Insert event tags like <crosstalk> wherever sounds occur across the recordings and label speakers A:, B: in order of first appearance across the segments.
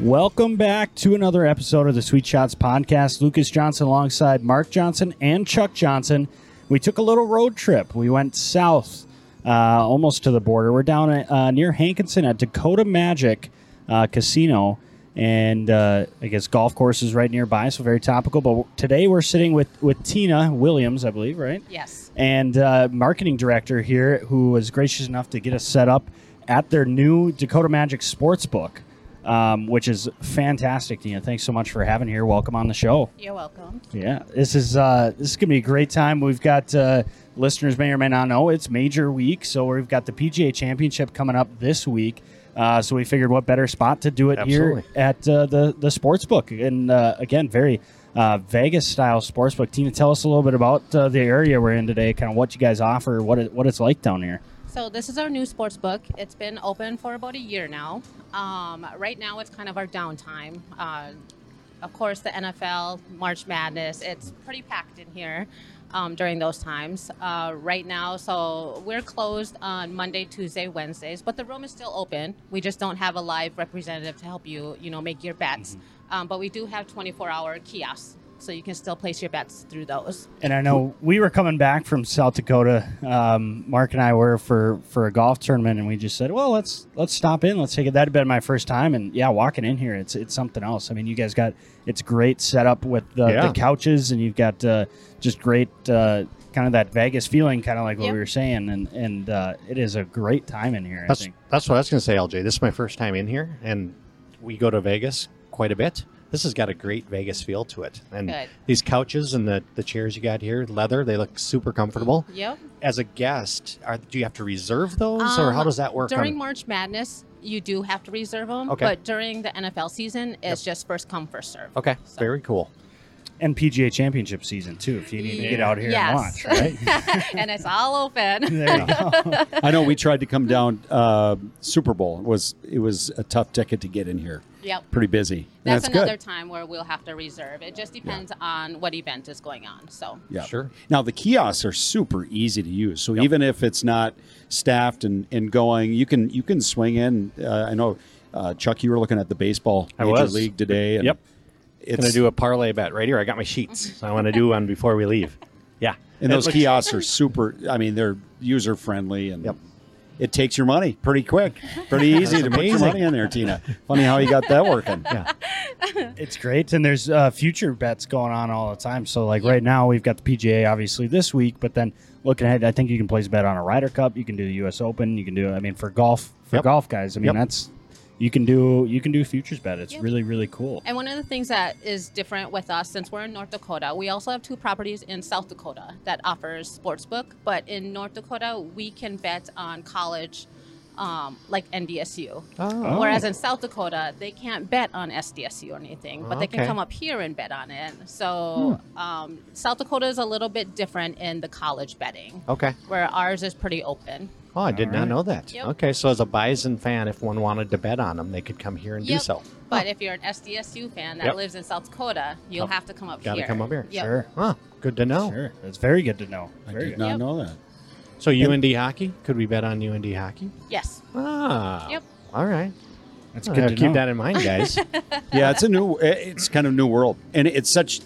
A: Welcome back to another episode of the Sweet Shots podcast. Lucas Johnson alongside Mark Johnson and Chuck Johnson. We took a little road trip. We went south, uh, almost to the border. We're down at, uh, near Hankinson at Dakota Magic uh, Casino, and uh, I guess golf course is right nearby, so very topical. But today we're sitting with with Tina Williams, I believe, right?
B: Yes.
A: and uh, marketing director here who was gracious enough to get us set up at their new Dakota Magic Sportsbook, um, which is fantastic. Tina, thanks so much for having here. Welcome on the show.
B: You're welcome.
A: Yeah, this is uh, this is gonna be a great time. We've got uh, listeners may or may not know it's major week, so we've got the PGA Championship coming up this week. Uh, so we figured, what better spot to do it
C: Absolutely.
A: here at uh, the the sports book, and uh, again, very uh, Vegas style sports book. Tina, tell us a little bit about uh, the area we're in today, kind of what you guys offer, what it, what it's like down here.
B: So this is our new sports book. It's been open for about a year now. Um, right now, it's kind of our downtime. Uh, of course, the NFL, March Madness. It's pretty packed in here um, during those times. Uh, right now, so we're closed on Monday, Tuesday, Wednesdays, but the room is still open. We just don't have a live representative to help you, you know, make your bets. Um, but we do have 24-hour kiosks, so you can still place your bets through those.
A: And I know we were coming back from South Dakota. Um, Mark and I were for for a golf tournament, and we just said, "Well, let's let's stop in, let's take it." That'd been my first time, and yeah, walking in here, it's it's something else. I mean, you guys got it's great setup with the,
C: Yeah.
A: the couches, and you've got uh, just great uh, kind of that Vegas feeling, kind of like what
B: Yep.
A: we were saying, and and uh, it is a great time in here. I
C: That's
A: think.
C: that's what I was going to say, LJ. This is my first time in here, and we go to Vegas quite a bit. This has got a great Vegas feel to it, and
B: Good.
C: these couches and the, the chairs you got here, leather, they look super comfortable.
B: Yep.
C: As a guest, are, do you have to reserve those, or
B: Um,
C: how does that work?
B: During
C: on-
B: March Madness, you do have to reserve them.
C: Okay.
B: But during the NFL season, it's just first come, first serve.
C: okay, very cool.
A: And PGA Championship season too, if you need to get out here
B: Yes.
A: and watch,
C: <laughs>
A: right?
B: <laughs> and it's all open.
A: There you go.
D: I know we tried to come down uh, Super Bowl. It was it was a tough ticket to get in here.
B: Yep.
D: Pretty busy.
B: <laughs> That's,
D: good.
B: another time where we'll have to reserve. It just depends on what event is going on. So
D: Yeah.
C: Sure.
D: Now the kiosks are super easy to use. So even if it's not staffed and, and going, you can you can swing in. Uh, I know uh, Chuck, you were looking at the baseball
C: I
D: major
C: was.
D: league today. And
C: Yep.
D: It's,
C: Going to do a parlay bet right here. I got my
B: Mm-hmm.
C: sheets, so I want to do one before we leave. <laughs> Yeah,
D: and
C: It
D: those
C: looks-
D: kiosks are super. I mean, they're user friendly and.
C: Yep.
D: It takes your money pretty quick, pretty
C: <laughs>
D: easy to put your
C: amazing.
D: money in there, Tina. Funny how you got that
C: <laughs>
D: working.
C: <laughs> Yeah.
A: It's great, and there's uh, future bets going on all the time. So like right now, we've got the PGA obviously this week, but then looking ahead, I think you can place a bet on a Ryder Cup. You can do the U.S. Open. You can do I mean for golf for
C: Yep.
A: golf guys. I mean
C: Yep.
A: that's you can do you can do futures bet. It's
B: Yep.
A: really really cool.
B: And one of the things that is different with us, since we're in North Dakota, we also have two properties in South Dakota that offers sportsbook. But in North Dakota, we can bet on college, um, like NDSU.
C: Oh.
B: Whereas in South Dakota, they can't bet on SDSU or anything, but they can
C: Okay. Hmm.
B: come up here and bet on it. So um, South Dakota is a little bit different in the college betting,
C: Oh, Okay.
B: where ours is pretty open.
C: Oh, I did
A: All
C: not
A: right.
C: know that.
B: Yep.
C: Okay, so as a Bison fan, if one wanted to bet on them, they could come here and do
B: Yep.
C: so. Oh.
B: But if you're an SDSU fan that
C: Yep.
B: lives in South Dakota, you'll
C: Come-
B: have to come up
C: gotta
B: here.
C: come up here.
B: Yep.
A: Sure,
C: Oh, good to know.
A: sure. That's very good to know.
D: I
A: Very
D: did
A: good.
D: not
B: Yep.
D: know that.
C: So UND hockey? Could we bet on UND hockey?
B: Yes.
C: Ah.
B: Yep.
C: All right.
A: That's
C: I'll
A: good
C: have
A: to
C: keep
A: know.
C: that in
B: <laughs>
C: mind, guys.
D: yeah, it's a new. eh, It's kind of new world, and it's such.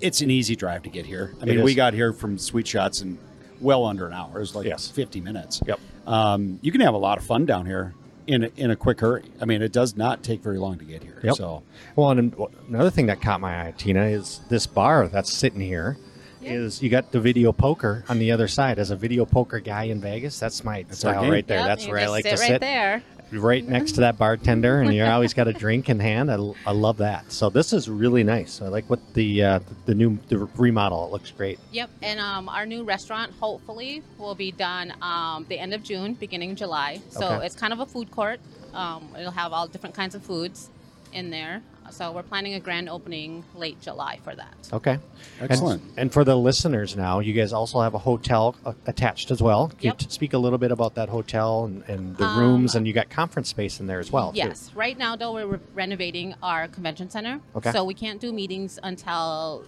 D: It's an easy drive to get here. I
C: It
D: mean, we
C: is.
D: got here from Sweet Shots in well under an hour. It was like
C: Yes.
D: fifty minutes.
C: Yep.
D: Um, you can have a lot of fun down here in a, in a quick hurry. I mean, it does not take very long to get here.
C: Yep.
D: So
C: well, and an- another thing that caught my eye, Tina, is this bar that's sitting here. Is
B: Yeah.
C: you got the video poker on the other side as a video poker guy in Vegas? That's my
D: our
C: style
D: game.
C: right there.
B: Yep,
C: that's
B: you
C: where I
B: just
C: like
B: sit
C: to
B: right
C: sit,
B: there.
C: right next to that bartender, and you always got a <laughs> drink in hand. I, l- I love that. So this is really nice. I like what the uh, the new the remodel. It looks great.
B: Yep, and um, our new restaurant hopefully will be done um, the end of June, beginning of July. So
C: Okay.
B: it's kind of a food court. Um, it'll have all different kinds of foods in there. So we're planning a grand opening late July for that.
C: Okay. And-
D: excellent.
C: And, for the listeners now, you guys also have a hotel uh, attached as well. Can
B: Yep.
C: you t- speak a little bit about that hotel and, and the
B: Um,
C: rooms? And you got conference space in there as well. too.
B: Yes, right now though we're re- renovating our convention center.
C: Okay.
B: So we can't do meetings until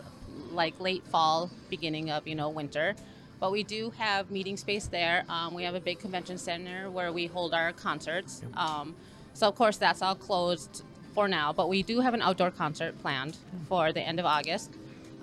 B: like late fall, beginning of you know winter. But we do have meeting space there. Um, we have a big convention center where we hold our concerts. Um, so of course that's all closed for now, but we do have an outdoor concert planned for the end of August.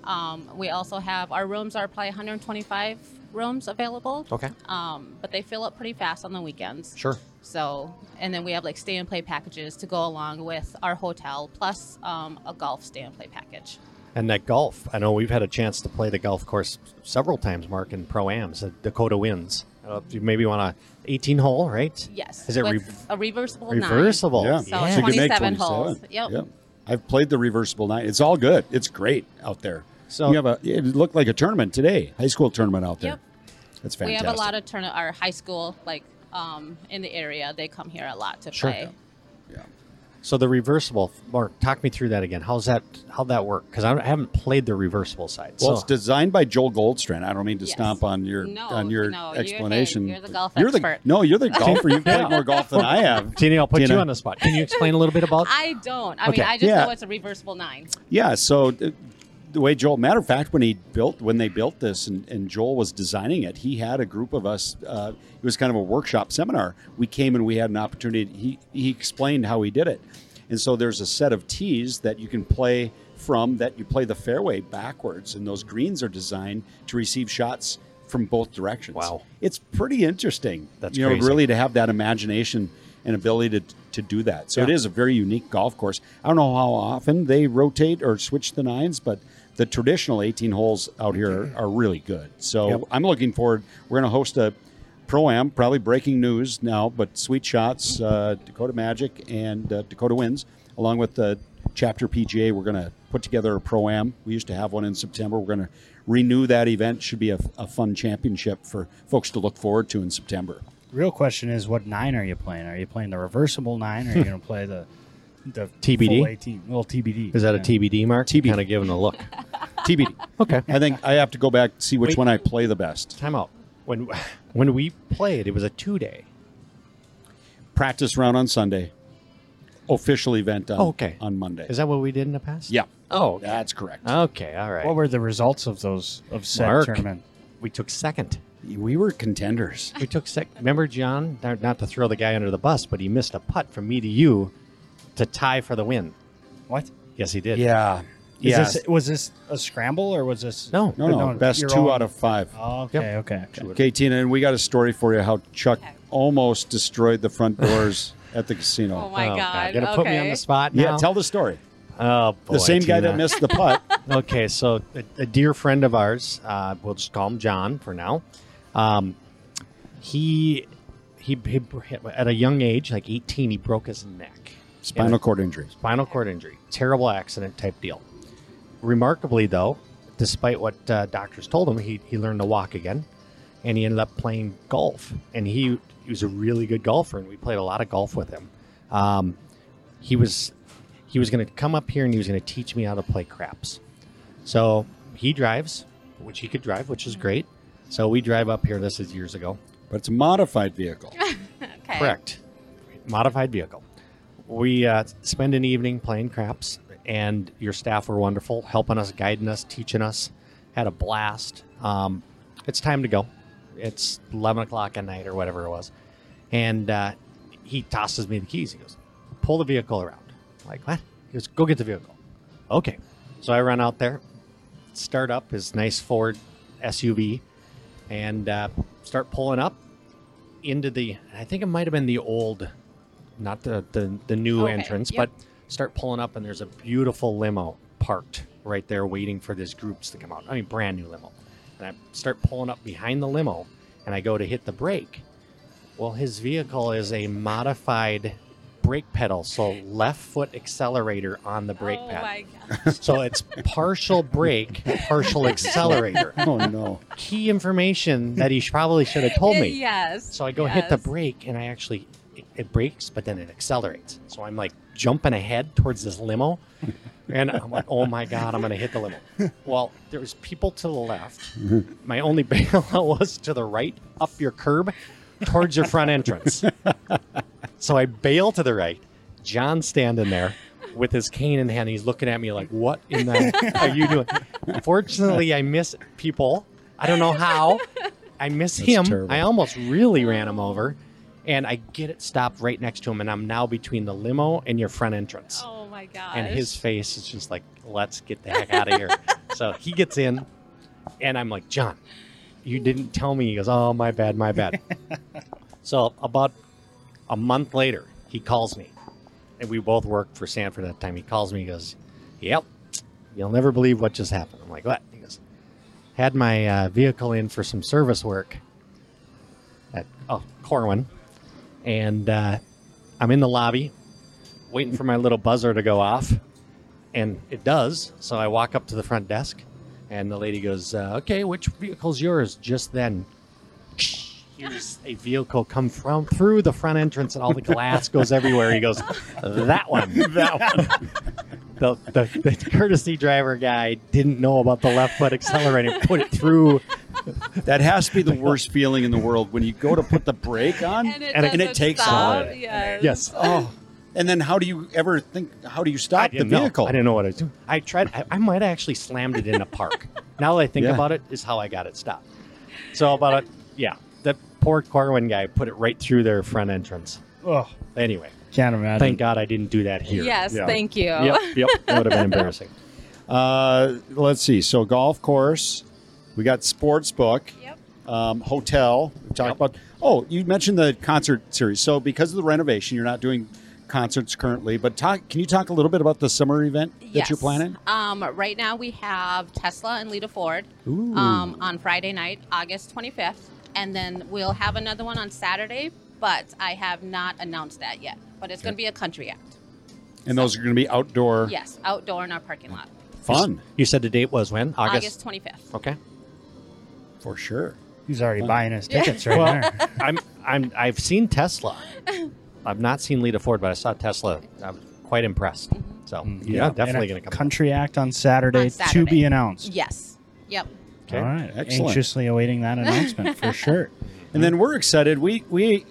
B: Um, we also have our rooms are probably 125 rooms available.
C: Okay.
B: Um, but they fill up pretty fast on the weekends.
C: Sure.
B: So, and then we have like stay and play packages to go along with our hotel plus um, a golf stay and play package.
C: And that golf, I know we've had a chance to play the golf course several times, Mark, in pro ams at Dakota Winds. I don't know if you maybe want a 18 hole, right?
B: Yes.
C: Is it
B: with
C: re-
B: a reversible nine.
C: reversible?
D: Yeah.
B: So
D: you can make
B: 27 holes. Yep.
D: I've played the reversible nine. It's all good. It's great out there.
C: So-
D: So you have a it looked like a tournament today, high school tournament out there.
B: Yep.
D: That's fantastic.
B: We have a lot of turn our high school like um, in the area. They come here a lot to
C: Sure.
B: play.
D: yeah.
C: So the reversible, Mark, talk me through that again. How's that? How would that work? Because I haven't played the reversible side.
D: Well,
C: so
D: it's designed by Joel Goldstrand. I don't mean to
B: Yes.
D: stomp on your
B: No,
D: on your
B: no, you're-
D: explanation.
B: hey, you're the
D: but
B: golf expert.
D: no,
B: <laughs>
D: you're the golfer. You've played more golf than I
C: <laughs>
D: have.
C: Tina, I'll put you
D: Tina.
C: on the spot. Can you explain a little bit about?
B: I don't. I
C: Okay.
B: mean, I just
D: Yeah.
B: know it's a reversible nine.
D: Yeah. So uh, the way Joel, matter of fact, when he built, when they built this, and, and Joel was designing it, he had a group of us. Uh, it was kind of a workshop seminar. We came and we had an opportunity. He he explained how he did it, and so there's a set of tees that you can play from that you play the fairway backwards, and those greens are designed to receive shots from both directions.
C: Wow.
D: It's pretty interesting.
C: That's
D: you know
C: crazy.
D: really to have that imagination and ability to, to do that. So it
C: Yeah.
D: is a very unique golf course. I don't know how often they rotate or switch the nines, but the traditional 18 holes
C: <clears throat>
D: out here are really good. So
C: Yep.
D: I'm looking forward. We're going to host a pro am, probably breaking news now, but Sweet Shots, uh, Dakota Magic, and uh, Dakota Wins, along with the Chapter PGA, we're going to put together a pro am. We used to have one in September. We're going to renew that event. Should be a, a fun championship for folks to look forward to in September.
A: Real question is, what nine are you playing? Are you playing the reversible nine, or are you going to play the
C: <laughs>
A: the
C: TBD?
A: full 18? Well, TBD.
C: is that a
A: Yeah.
C: TBD, Mark? TBD. Kind of giving a
D: <laughs>
C: look.
D: TBD.
C: Okay.
D: I think I have to go back see which
C: Wait.
D: one I play the best.
C: Time out. When when we played, it was a two day.
D: Practice round on Sunday. Official event on,
C: Oh, okay.
D: on Monday.
C: Is that what we did in the past?
D: yeah.
C: Oh. Okay.
D: That's correct.
C: Okay. All right.
A: What were the results of those of said
C: Mark.
A: tournament?
C: we took second.
D: we were
C: <laughs>
D: contenders.
C: We took sec. Remember, John? Not not to throw the guy under the bus, but he missed a putt from me to you to tie for the win.
A: What?
C: Yes, he did.
D: Yeah.
A: Is
D: Yeah.
A: this, was this a scramble or was this
C: No.
D: no, no,
A: no,
D: Best
A: your
D: two
A: own-
D: out of five.
A: Oh, okay, okay, okay.
D: Okay, Tina, and we got a story for you how Chuck almost destroyed the front
C: <laughs>
D: doors at the casino.
B: Oh my
C: Oh,
B: god.
C: Gonna
B: okay.
C: put me on the spot
D: yeah,
C: now?
D: tell the story.
C: Oh, boy,
D: the same guy that
C: Tina.
D: missed
C: <laughs>
D: the putt.
C: okay, so a, a dear friend of ours, uh, we'll just call him John for now. Um, he, he he at a young age, like eighteen, he broke his neck.
D: Spinal cord injury.
C: Spinal cord injury, terrible accident type deal. Remarkably, though, despite what uh, doctors told him, he, he learned to walk again, and he ended up playing golf. And he, he was a really good golfer, and we played a lot of golf with him. Um, he was he was going to come up here and he was going to teach me how to play craps. So he drives, which he could drive, which is great. So we drive up here. This is years ago.
D: But it's a
C: <laughs>
D: modified vehicle.
B: Okay.
C: Correct. Modified vehicle. We uh, spend an evening playing craps, and your staff were wonderful, helping us, guiding us, teaching us. Had a blast. Um, it's time to go. It's 11 o'clock at night or whatever it was. And uh, he tosses me the keys. He goes, Pull the vehicle around. I'm like, what? He goes, Go get the vehicle. Okay. So I run out there, start up his nice Ford SUV, and uh, start pulling up into the I think it might have been the old not the the, the new
B: Okay,
C: entrance,
B: yep.
C: but start pulling up and there's a beautiful limo parked right there waiting for these groups to come out. I mean brand new limo. And I start pulling up behind the limo and I go to hit the brake. Well, his vehicle is a modified brake pedal, so left foot accelerator on the brake
B: oh
C: pedal.
B: my god.
C: So it's partial brake, partial accelerator.
D: oh no.
C: Key information that he sh- probably should have told me.
B: Yes.
C: So I go hit the
B: yes.
C: brake and I actually it, it brakes, but then it accelerates. So I'm like jumping ahead towards this limo, and I'm like, oh my god, I'm gonna hit the limo. Well, there was people to the left. My only <laughs> bailout was to the right, up your curb, towards your front entrance. so I bail to the right. John's standing there with his cane in hand. He's looking at me like, "What in the <laughs> are you doing?" Fortunately, I miss people. I don't know how. I miss
D: That's
C: him.
D: terrible.
C: I almost really ran him over, and I get it stopped right next to him, and I'm now between the limo and your front entrance.
B: Oh my gosh.
C: and his face is just like, let's get the heck out of here. so he gets in, and I'm like, John, you didn't tell me. He goes, oh, my bad, my bad. so about a month later, he calls me, and we both worked for Sanford at that time. He calls me, he goes, yep, you'll never believe what just happened. I'm like, what? He goes, had my uh, vehicle in for some service work at oh, Corwin, and uh, I'm in the lobby waiting for my little buzzer to go off, and it does. So I walk up to the front desk, and the lady goes, uh, "Okay, which vehicle's yours?" Just then, hears a vehicle come from through the front entrance, and all the glass goes everywhere. He goes, "That one, <laughs> that one." The, the, the courtesy driver guy didn't know about the left foot accelerator, put it through
D: That has
C: <laughs>
D: to be the
C: Oh
D: worst feeling in the world when you go to put the brake
B: <laughs>
D: on
B: and it,
C: and it- and it
B: doesn't
D: takes
B: stop.
D: all of it.
B: Yes.
C: Yes.
D: Oh, and then how do you ever think? How do you
C: I
D: stop the
C: didn't know.
D: vehicle?
C: I didn't know what I was doing. I tried. I, I might have actually slammed it in a
D: <laughs>
C: park. now that I think
D: Yeah.
C: about it, is how I got it stopped. So about it, yeah. That poor Corwin guy put it right through their front entrance.
A: Oh,
C: Anyway,
A: can't imagine.
C: thank God I didn't do that here.
B: Yes,
D: Yeah.
B: thank you.
C: Yep. Yep. That
B: <laughs>
C: would have been embarrassing.
D: Uh, let's see. So golf course, we got sports book,
B: Yep.
D: um, hotel. We talked
C: Yep.
D: about. Oh, you mentioned the concert series. So because of the renovation, you're not doing concerts currently. But talk. Can you talk a little bit about the summer event that
B: Yes.
D: you're planning?
B: Um, right now we have Tesla and Lita Ford
D: Ooh.
B: um, on Friday night, August 25th, and then we'll have another one on Saturday, but I have not announced that yet. But it's going to be a country act.
D: and those are going to be outdoor.
B: Yes, outdoor in our parking lot.
D: Fun
C: You said the date was when
B: August,
C: August.
B: 25th.
C: Okay.
D: for sure.
A: He's already buying his
B: Yeah.
A: tickets right
C: Well,
A: there.
C: I'm I'm I've seen Tesla. I've not seen Lita Ford, but I saw Tesla. I'm quite impressed.
B: Mm-hmm.
C: So yeah,
D: Mm-hmm. Yeah.
C: definitely
A: And a
C: going to come.
A: Country act on Saturday,
B: On Saturday.
A: to be announced.
B: Yes. Yep.
C: Okay.
A: All right.
D: Excellent.
A: Anxiously awaiting that announcement
B: <laughs>
A: for sure.
D: And then we're excited. We we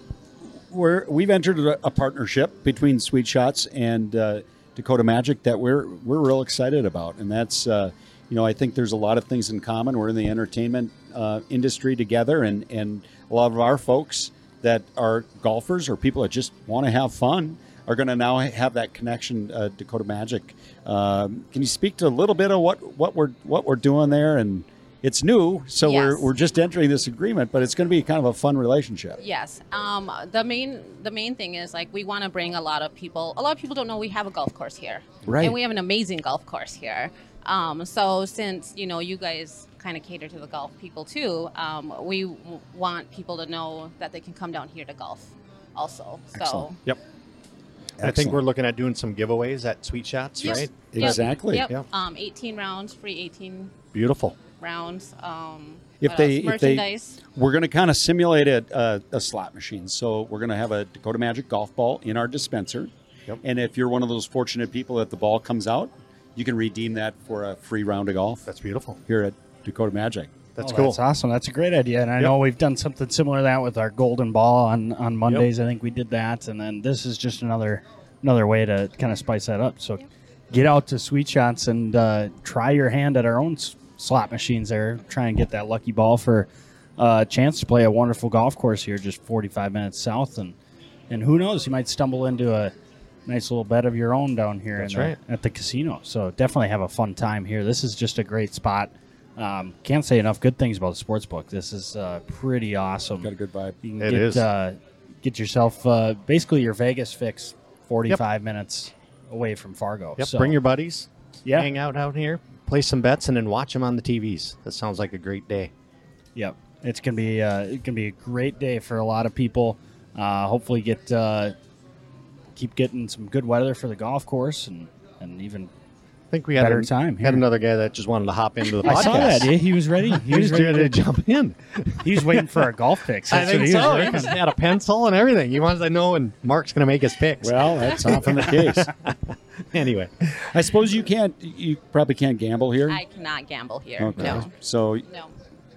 D: we're, we've entered a, a partnership between Sweet Shots and uh, Dakota Magic that we're we're real excited about, and that's uh, you know I think there's a lot of things in common. We're in the entertainment uh, industry together, and and a lot of our folks that are golfers or people that just want to have fun are going to now have that connection. Uh, Dakota Magic, um, can you speak to a little bit of what what we're what we're doing there and it's new, so we're,
B: Yes.
D: we're just entering this agreement, but it's going to be kind of a fun relationship.
B: Yes. Um, the main the main thing is like we want to bring a lot of people. A lot of people don't know we have a golf course here,
D: Right.
B: And we have an amazing golf course here. Um, so since you know you guys kind of cater to the golf people too, um, we w- want people to know that they can come down here to golf, also. So
D: Excellent.
C: Yep. I think we're looking at doing some giveaways at Sweet Shots,
B: Yes.
C: right?
B: Yep,
D: Exactly.
B: Yep.
C: Yeah.
B: Um, 18 rounds, free 18
C: Beautiful.
B: rounds. Um,
D: If
B: what
D: they-
B: else?
D: if they-
B: merchandise.
D: We're going to kind of simulate a, a, a slot machine. So we're going to have a Dakota Magic golf ball in our dispenser.
C: Yep.
D: And if you're one of those fortunate people that the ball comes out, you can redeem that for a free round of golf
C: That's beautiful.
D: here at Dakota Magic.
C: That's
A: Oh,
C: cool.
A: That's awesome. That's a great idea. And I
C: Yep.
A: know we've done something similar to that with our golden ball on, on Mondays. I think we did that. And then this is just another another way to kind of spice that up. So get out to Sweet Shots and uh, try your hand at our own s- slot machines there. Try and get that lucky ball for uh, a chance to play a wonderful golf course here just 45 minutes south. And, and who knows, you might stumble into a nice little bed of your own down here
C: That's
A: in the-
C: right.
A: at the casino. So definitely have a fun time here. This is just a great spot. Um, can't say enough good things about the sports book. This is uh, pretty awesome.
D: Got a good vibe.
A: You can
C: It
A: get,
C: is.
A: Uh, get yourself uh, basically your Vegas fix 45 minutes away from Fargo.
C: Yep.
A: So-
C: Bring your buddies.
A: Yeah.
C: Hang out out here, play some bets, and then watch them on the TVs. That sounds like a great day.
A: Yep, it's gonna be uh, it can be a great day for a lot of people. Uh, hopefully, get uh, keep getting some good weather for the golf course and and even
C: I think we had
A: Better
C: an-
A: time
C: Had
A: here.
C: another guy that just wanted to hop into the
A: <laughs>
C: podcast.
A: I saw that yeah, he was ready.
C: <laughs>
A: He
C: He
A: was
C: just ready to
A: ready.
C: jump in.
A: <laughs> He was waiting for our golf picks. That's what he was
C: He
A: working
C: just had a pencil and everything. He wanted to know when Mark's going to make his picks.
D: Well, that's often the case.
C: <laughs> anyway,
D: I suppose you can't, you probably can't gamble here.
B: I cannot gamble here.
D: okay.
B: No.
D: So
B: No.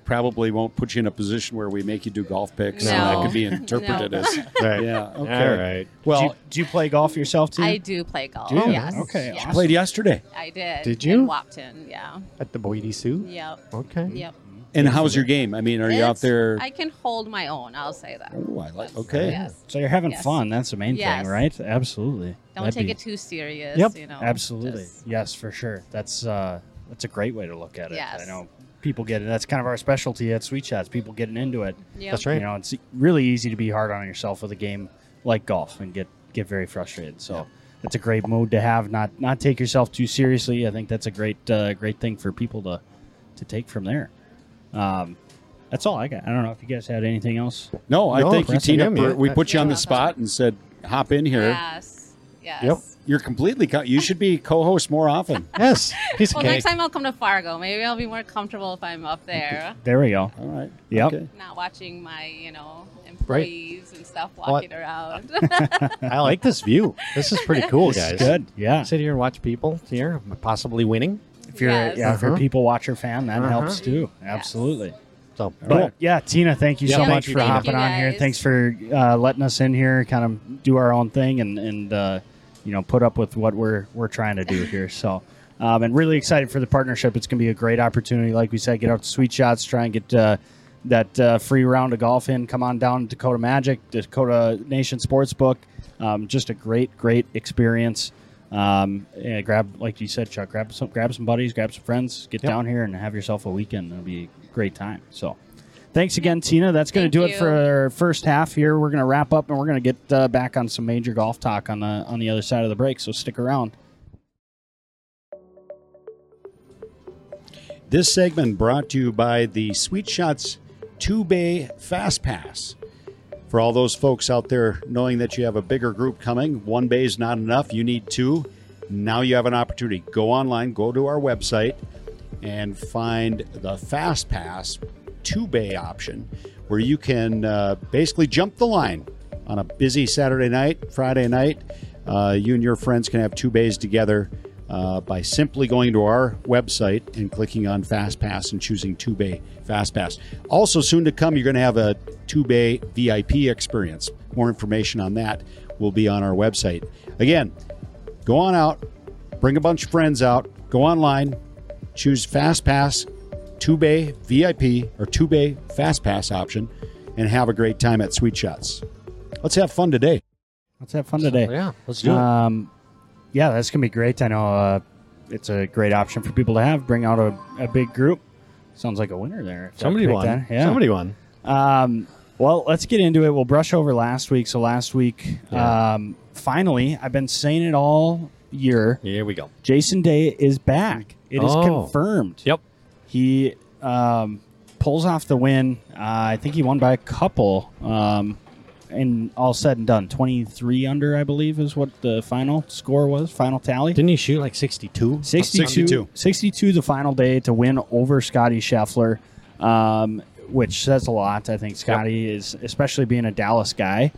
D: probably won't put you in a position where we make you do golf picks. and
B: No.
D: that could be interpreted
B: No.
D: as.
B: <laughs>
C: right.
D: Yeah. Okay.
C: All right.
A: Well, do
D: Well,
A: you, do you play golf yourself too?
B: I do play golf.
A: Do you?
B: Yes.
A: Okay,
B: Yes.
D: played yesterday.
B: I did.
C: Did
B: In
C: you?
B: Wapton, yeah.
C: At the Boydie Sioux.
B: Yep.
C: Okay.
B: Yep.
D: And how's your game? I mean, are you out
B: It's-
D: there?
B: I can hold my own. I'll say that.
D: oh, I like. Okay.
B: Yes.
A: So you're having
B: Yes.
A: fun. That's the main
B: Yes.
A: thing, right? Absolutely.
B: Don't
A: That'd
B: take
A: be-
B: it too serious.
A: Yep.
B: You know.
A: Absolutely.
B: just-
A: Yes, for sure. That's uh, that's a great way to look at it.
B: Yes.
A: I know people get it. That's kind of our specialty at Sweet Shots. People getting into it.
B: Yep.
C: That's right.
A: You know, it's e, really easy to be hard on yourself with a game like golf and get get very frustrated. So that's a great mode to have. Not not take yourself too seriously. I think that's a great uh, great thing for people to to take from there. Um, that's all I got. I don't know if you guys had anything else.
D: No, I
C: No,
D: think you
C: impressive.
D: teed
C: Yeah,
D: up.
C: man.
D: we put you on the
B: Yeah.
D: spot and said, "Hop in here."
B: Yes. Yes.
C: Yep.
D: You're completely. Co- you should be co-host
B: <laughs>
D: more often.
C: Yes. Piece of
B: Well,
C: cake.
B: next time I'll come to Fargo. Maybe I'll be more comfortable if I'm up there,
A: There we go.
D: All right.
A: Yep.
B: not watching my, you know, employees and stuff
C: I-
B: walking around.
C: I like this view. This is pretty
B: <laughs>
C: cool, guys.
A: Good. Yeah.
C: <laughs> Sit here and watch people here, possibly winning.
A: If you're
B: Yes.
A: yeah, if you're a
C: Uh-huh.
A: people watcher fan, that
C: Uh-huh.
A: helps too. Absolutely.
C: So
A: But
D: Cool.
A: yeah, Tina, thank you
C: Yeah,
A: so
C: thank
A: much
C: you,
A: for
C: Tina.
A: hopping
B: Thank you,
A: on here.
B: guys.
A: Thanks for uh, letting us in here, kind of do our own thing, and and uh, you know put up with what we're we're trying to do here. So. Um, and really excited for the partnership. It's going to be a great opportunity. Like we said, get out to Sweet Shots, try and get uh, that uh, free round of golf in. Come on down to Dakota Magic, Dakota Nation Sportsbook. Um, just a great, great experience. Um, yeah, grab, like you said, Chuck, grab some, grab some buddies, grab some friends, get
C: Yep.
A: down here and have yourself a weekend. It'll be a great time. So, Thanks again, Tina. That's going to
B: Thank
A: do it
B: you.
A: for uh, our first half here. We're going to wrap up and we're going to get uh, back on some major golf talk on the on the other side of the break. So stick around.
D: This segment brought to you by the Sweet Shots Two Bay Fast Pass. For all those folks out there knowing that you have a bigger group coming, one bay is not enough, you need two. Now you have an opportunity. Go online, go to our website, and find the Fast Pass Two Bay option where you can uh, basically jump the line on a busy Saturday night, Friday night. Uh, you and your friends can have two bays together uh, by simply going to our website and clicking on Fast Pass and choosing Two Bay Fast Pass. Also, soon to come, you're going to have a Two Bay VIP experience. More information on that will be on our website. Again, go on out, bring a bunch of friends out, go online, choose Fast Pass, Two Bay VIP or Two Bay Fast Pass option, and have a great time at Sweet Shots. Let's have fun today.
A: Let's have fun today.
C: Oh, yeah, let's do it.
A: Um, yeah, that's gonna be great. I know uh, it's a great option for people to have. Bring out a, a big group. Sounds like a winner there. if that
C: Somebody
A: picked
C: won.
A: that. Yeah.
C: Somebody won.
A: Um, well, let's get into it. We'll brush over last week. So last week,
C: Yeah.
A: um, finally, I've been saying it all year.
C: Here we go.
A: Jason Day is back. It is
C: Oh.
A: confirmed.
C: Yep.
A: He um, pulls off the win. Uh, I think he won by a couple. Um, and all said and done, 23 under, I believe, is what the final score was, final tally.
C: Didn't he shoot like 62?
A: 62,
D: 62.
A: 62 the final day to win over Scotty Scheffler, um, which says a lot. I think Scotty is, especially being a Dallas guy.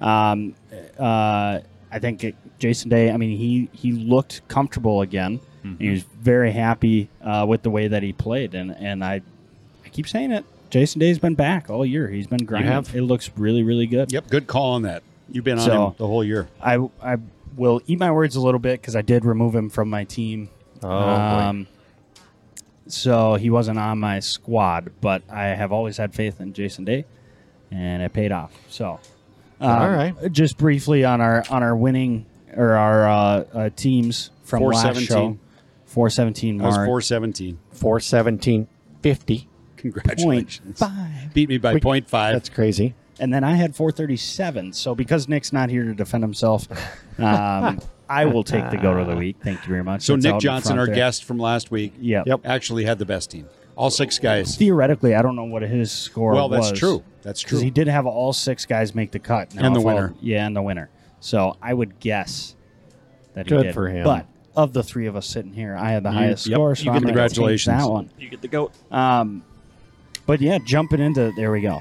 A: Um, uh, I think it- Jason Day. I mean, he he looked comfortable again. And he was very happy uh, with the way that he played, and and I, I keep saying it. Jason Day's been back all year. He's been grinding.
C: have?
A: It looks really really good.
D: Yep, good call on that. You've been on
A: So-
D: him the whole year.
A: I I will eat my words a little bit because I did remove him from my team. Um,
C: Oh, boy.
A: so he wasn't on my squad, but I have always had faith in Jason Day, and it paid off. So, um,
C: All right.
A: Just briefly on our on our winning or our uh, uh, teams from last
D: 417.
A: show, four seventeen
D: I was
A: mark
D: 417.
C: 417, 50.
A: point
D: Congratulations.
A: five,
D: Beat me by
C: Quick.
D: point five.
C: That's crazy.
A: and then I had four thirty seven. So because Nick's not here to defend
C: <laughs>
A: himself, um, I will take the goat of the week. Thank you very much.
D: so
A: It's out
D: Nick
A: in
D: Johnson,
A: front
D: our
A: there.
D: guest from last week,
A: Yeah.
C: Yep.
D: actually had the best team. All six guys.
A: Theoretically, I don't know what his score
D: Well,
A: was.
D: that's true. That's
A: Because
D: true.
A: he did have all six guys make the cut. Now,
D: And the
A: if I'll-
D: winner.
A: yeah, and the winner. So I would guess that he
C: Good
A: did.
C: for him.
A: But of the three of us sitting here, I had the
D: You-
A: highest
D: yep,
A: score. So
D: you
A: I'm
D: get the
A: gonna take
D: congratulations.
A: That one.
C: You get the goat.
A: Um, but yeah, jumping into there we go.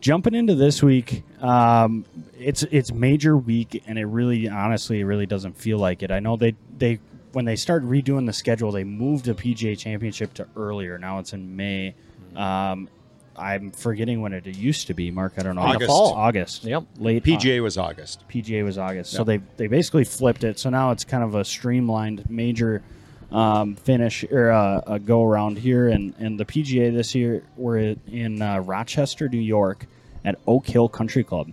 A: Jumping into this week, um, it's it's major week, and it really, honestly, it really doesn't feel like it. I know they they when they started redoing the schedule, they moved the PGA Championship to earlier. Now it's in May. Um, I'm forgetting when it used to be. Mark, I don't know.
D: August.
A: August.
C: Yep.
A: Late
D: PGA was August.
A: PGA was August. So they they basically flipped it. So now it's kind of a streamlined major um, finish or uh, a go around here. And, and the PGA this year, we're in uh, Rochester, New York at Oak Hill Country Club.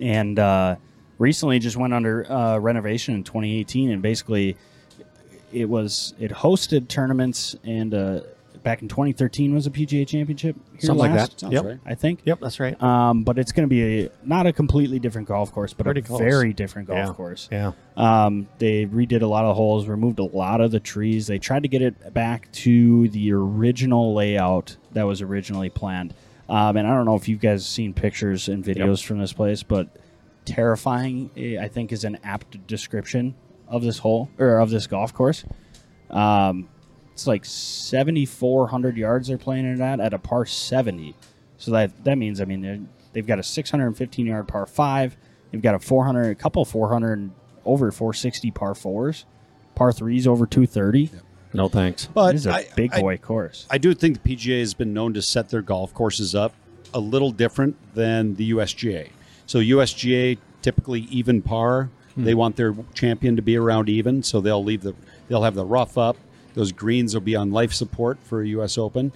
A: And uh, recently just went under uh, renovation in 2018 and basically it was it hosted tournaments and uh, back in 2013 was a PGA championship here
C: Something like
A: last,
C: that.
D: Sounds
C: yep.
D: right.
A: I think.
C: Yep, that's right.
A: Um, but it's going to be a, not a completely different golf course, but
C: Pretty
A: a
C: close.
A: very different golf
C: Yeah.
A: course.
C: Yeah.
A: Um, they redid a lot of holes, removed a lot of the trees. They tried to get it back to the original layout that was originally planned. Um, and I don't know if you guys have seen pictures and videos from this place, but terrifying, eh, I think, is an apt description of this hole or of this golf course. Um, it's like 7,400 yards they're playing it at at a par 70. So that that means, I mean, they're- they've got a 615 yard par five. They've got a 400, a couple 400 over 460 par fours, par threes over 230.
C: No thanks.
D: But
A: this is a
D: I-
A: big
D: I-
A: boy course.
D: I do think the PGA has been known to set their golf courses up a little different than the USGA. So USGA typically even par. They want their champion to be around even, so they'll leave the they'll have the rough up. Those greens will be on life support for a US Open.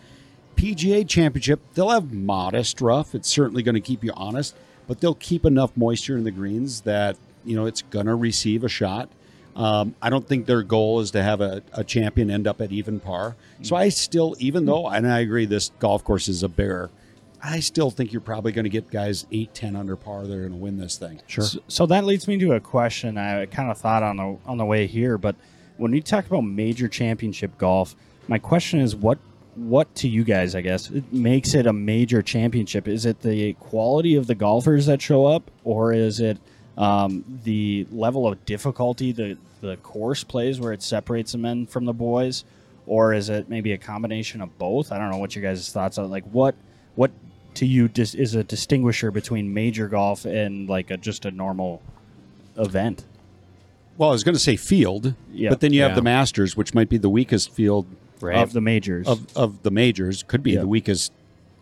D: PGA Championship, they'll have modest rough. It's certainly going to keep you honest, but they'll keep enough moisture in the greens that, you know, it's going to receive a shot. Um, I don't think their goal is to have a, a champion end up at even par. So I still, even though, and I agree this golf course is a bear, I still think you're probably going to get guys 8, 10 under par. They're going to win this thing.
C: Sure.
A: So, so that leads me to a question I kind of thought on the on the way here, but when you talk about major championship golf, my question is what what to you guys, I guess, it makes it a major championship? Is it the quality of the golfers that show up, or is it um, the level of difficulty the the course plays where it separates the men from the boys, or is it maybe a combination of both? I don't know what your guys' thoughts are. Like what what to you dis- is a distinguisher between major golf and like a, just a normal event.
D: Well, I was going to say field,
A: Yeah.
D: but then you have
C: Yeah.
D: the Masters, which might be the weakest field
C: Right.
A: of the majors.
D: of, of the majors could be
A: Yeah.
D: the weakest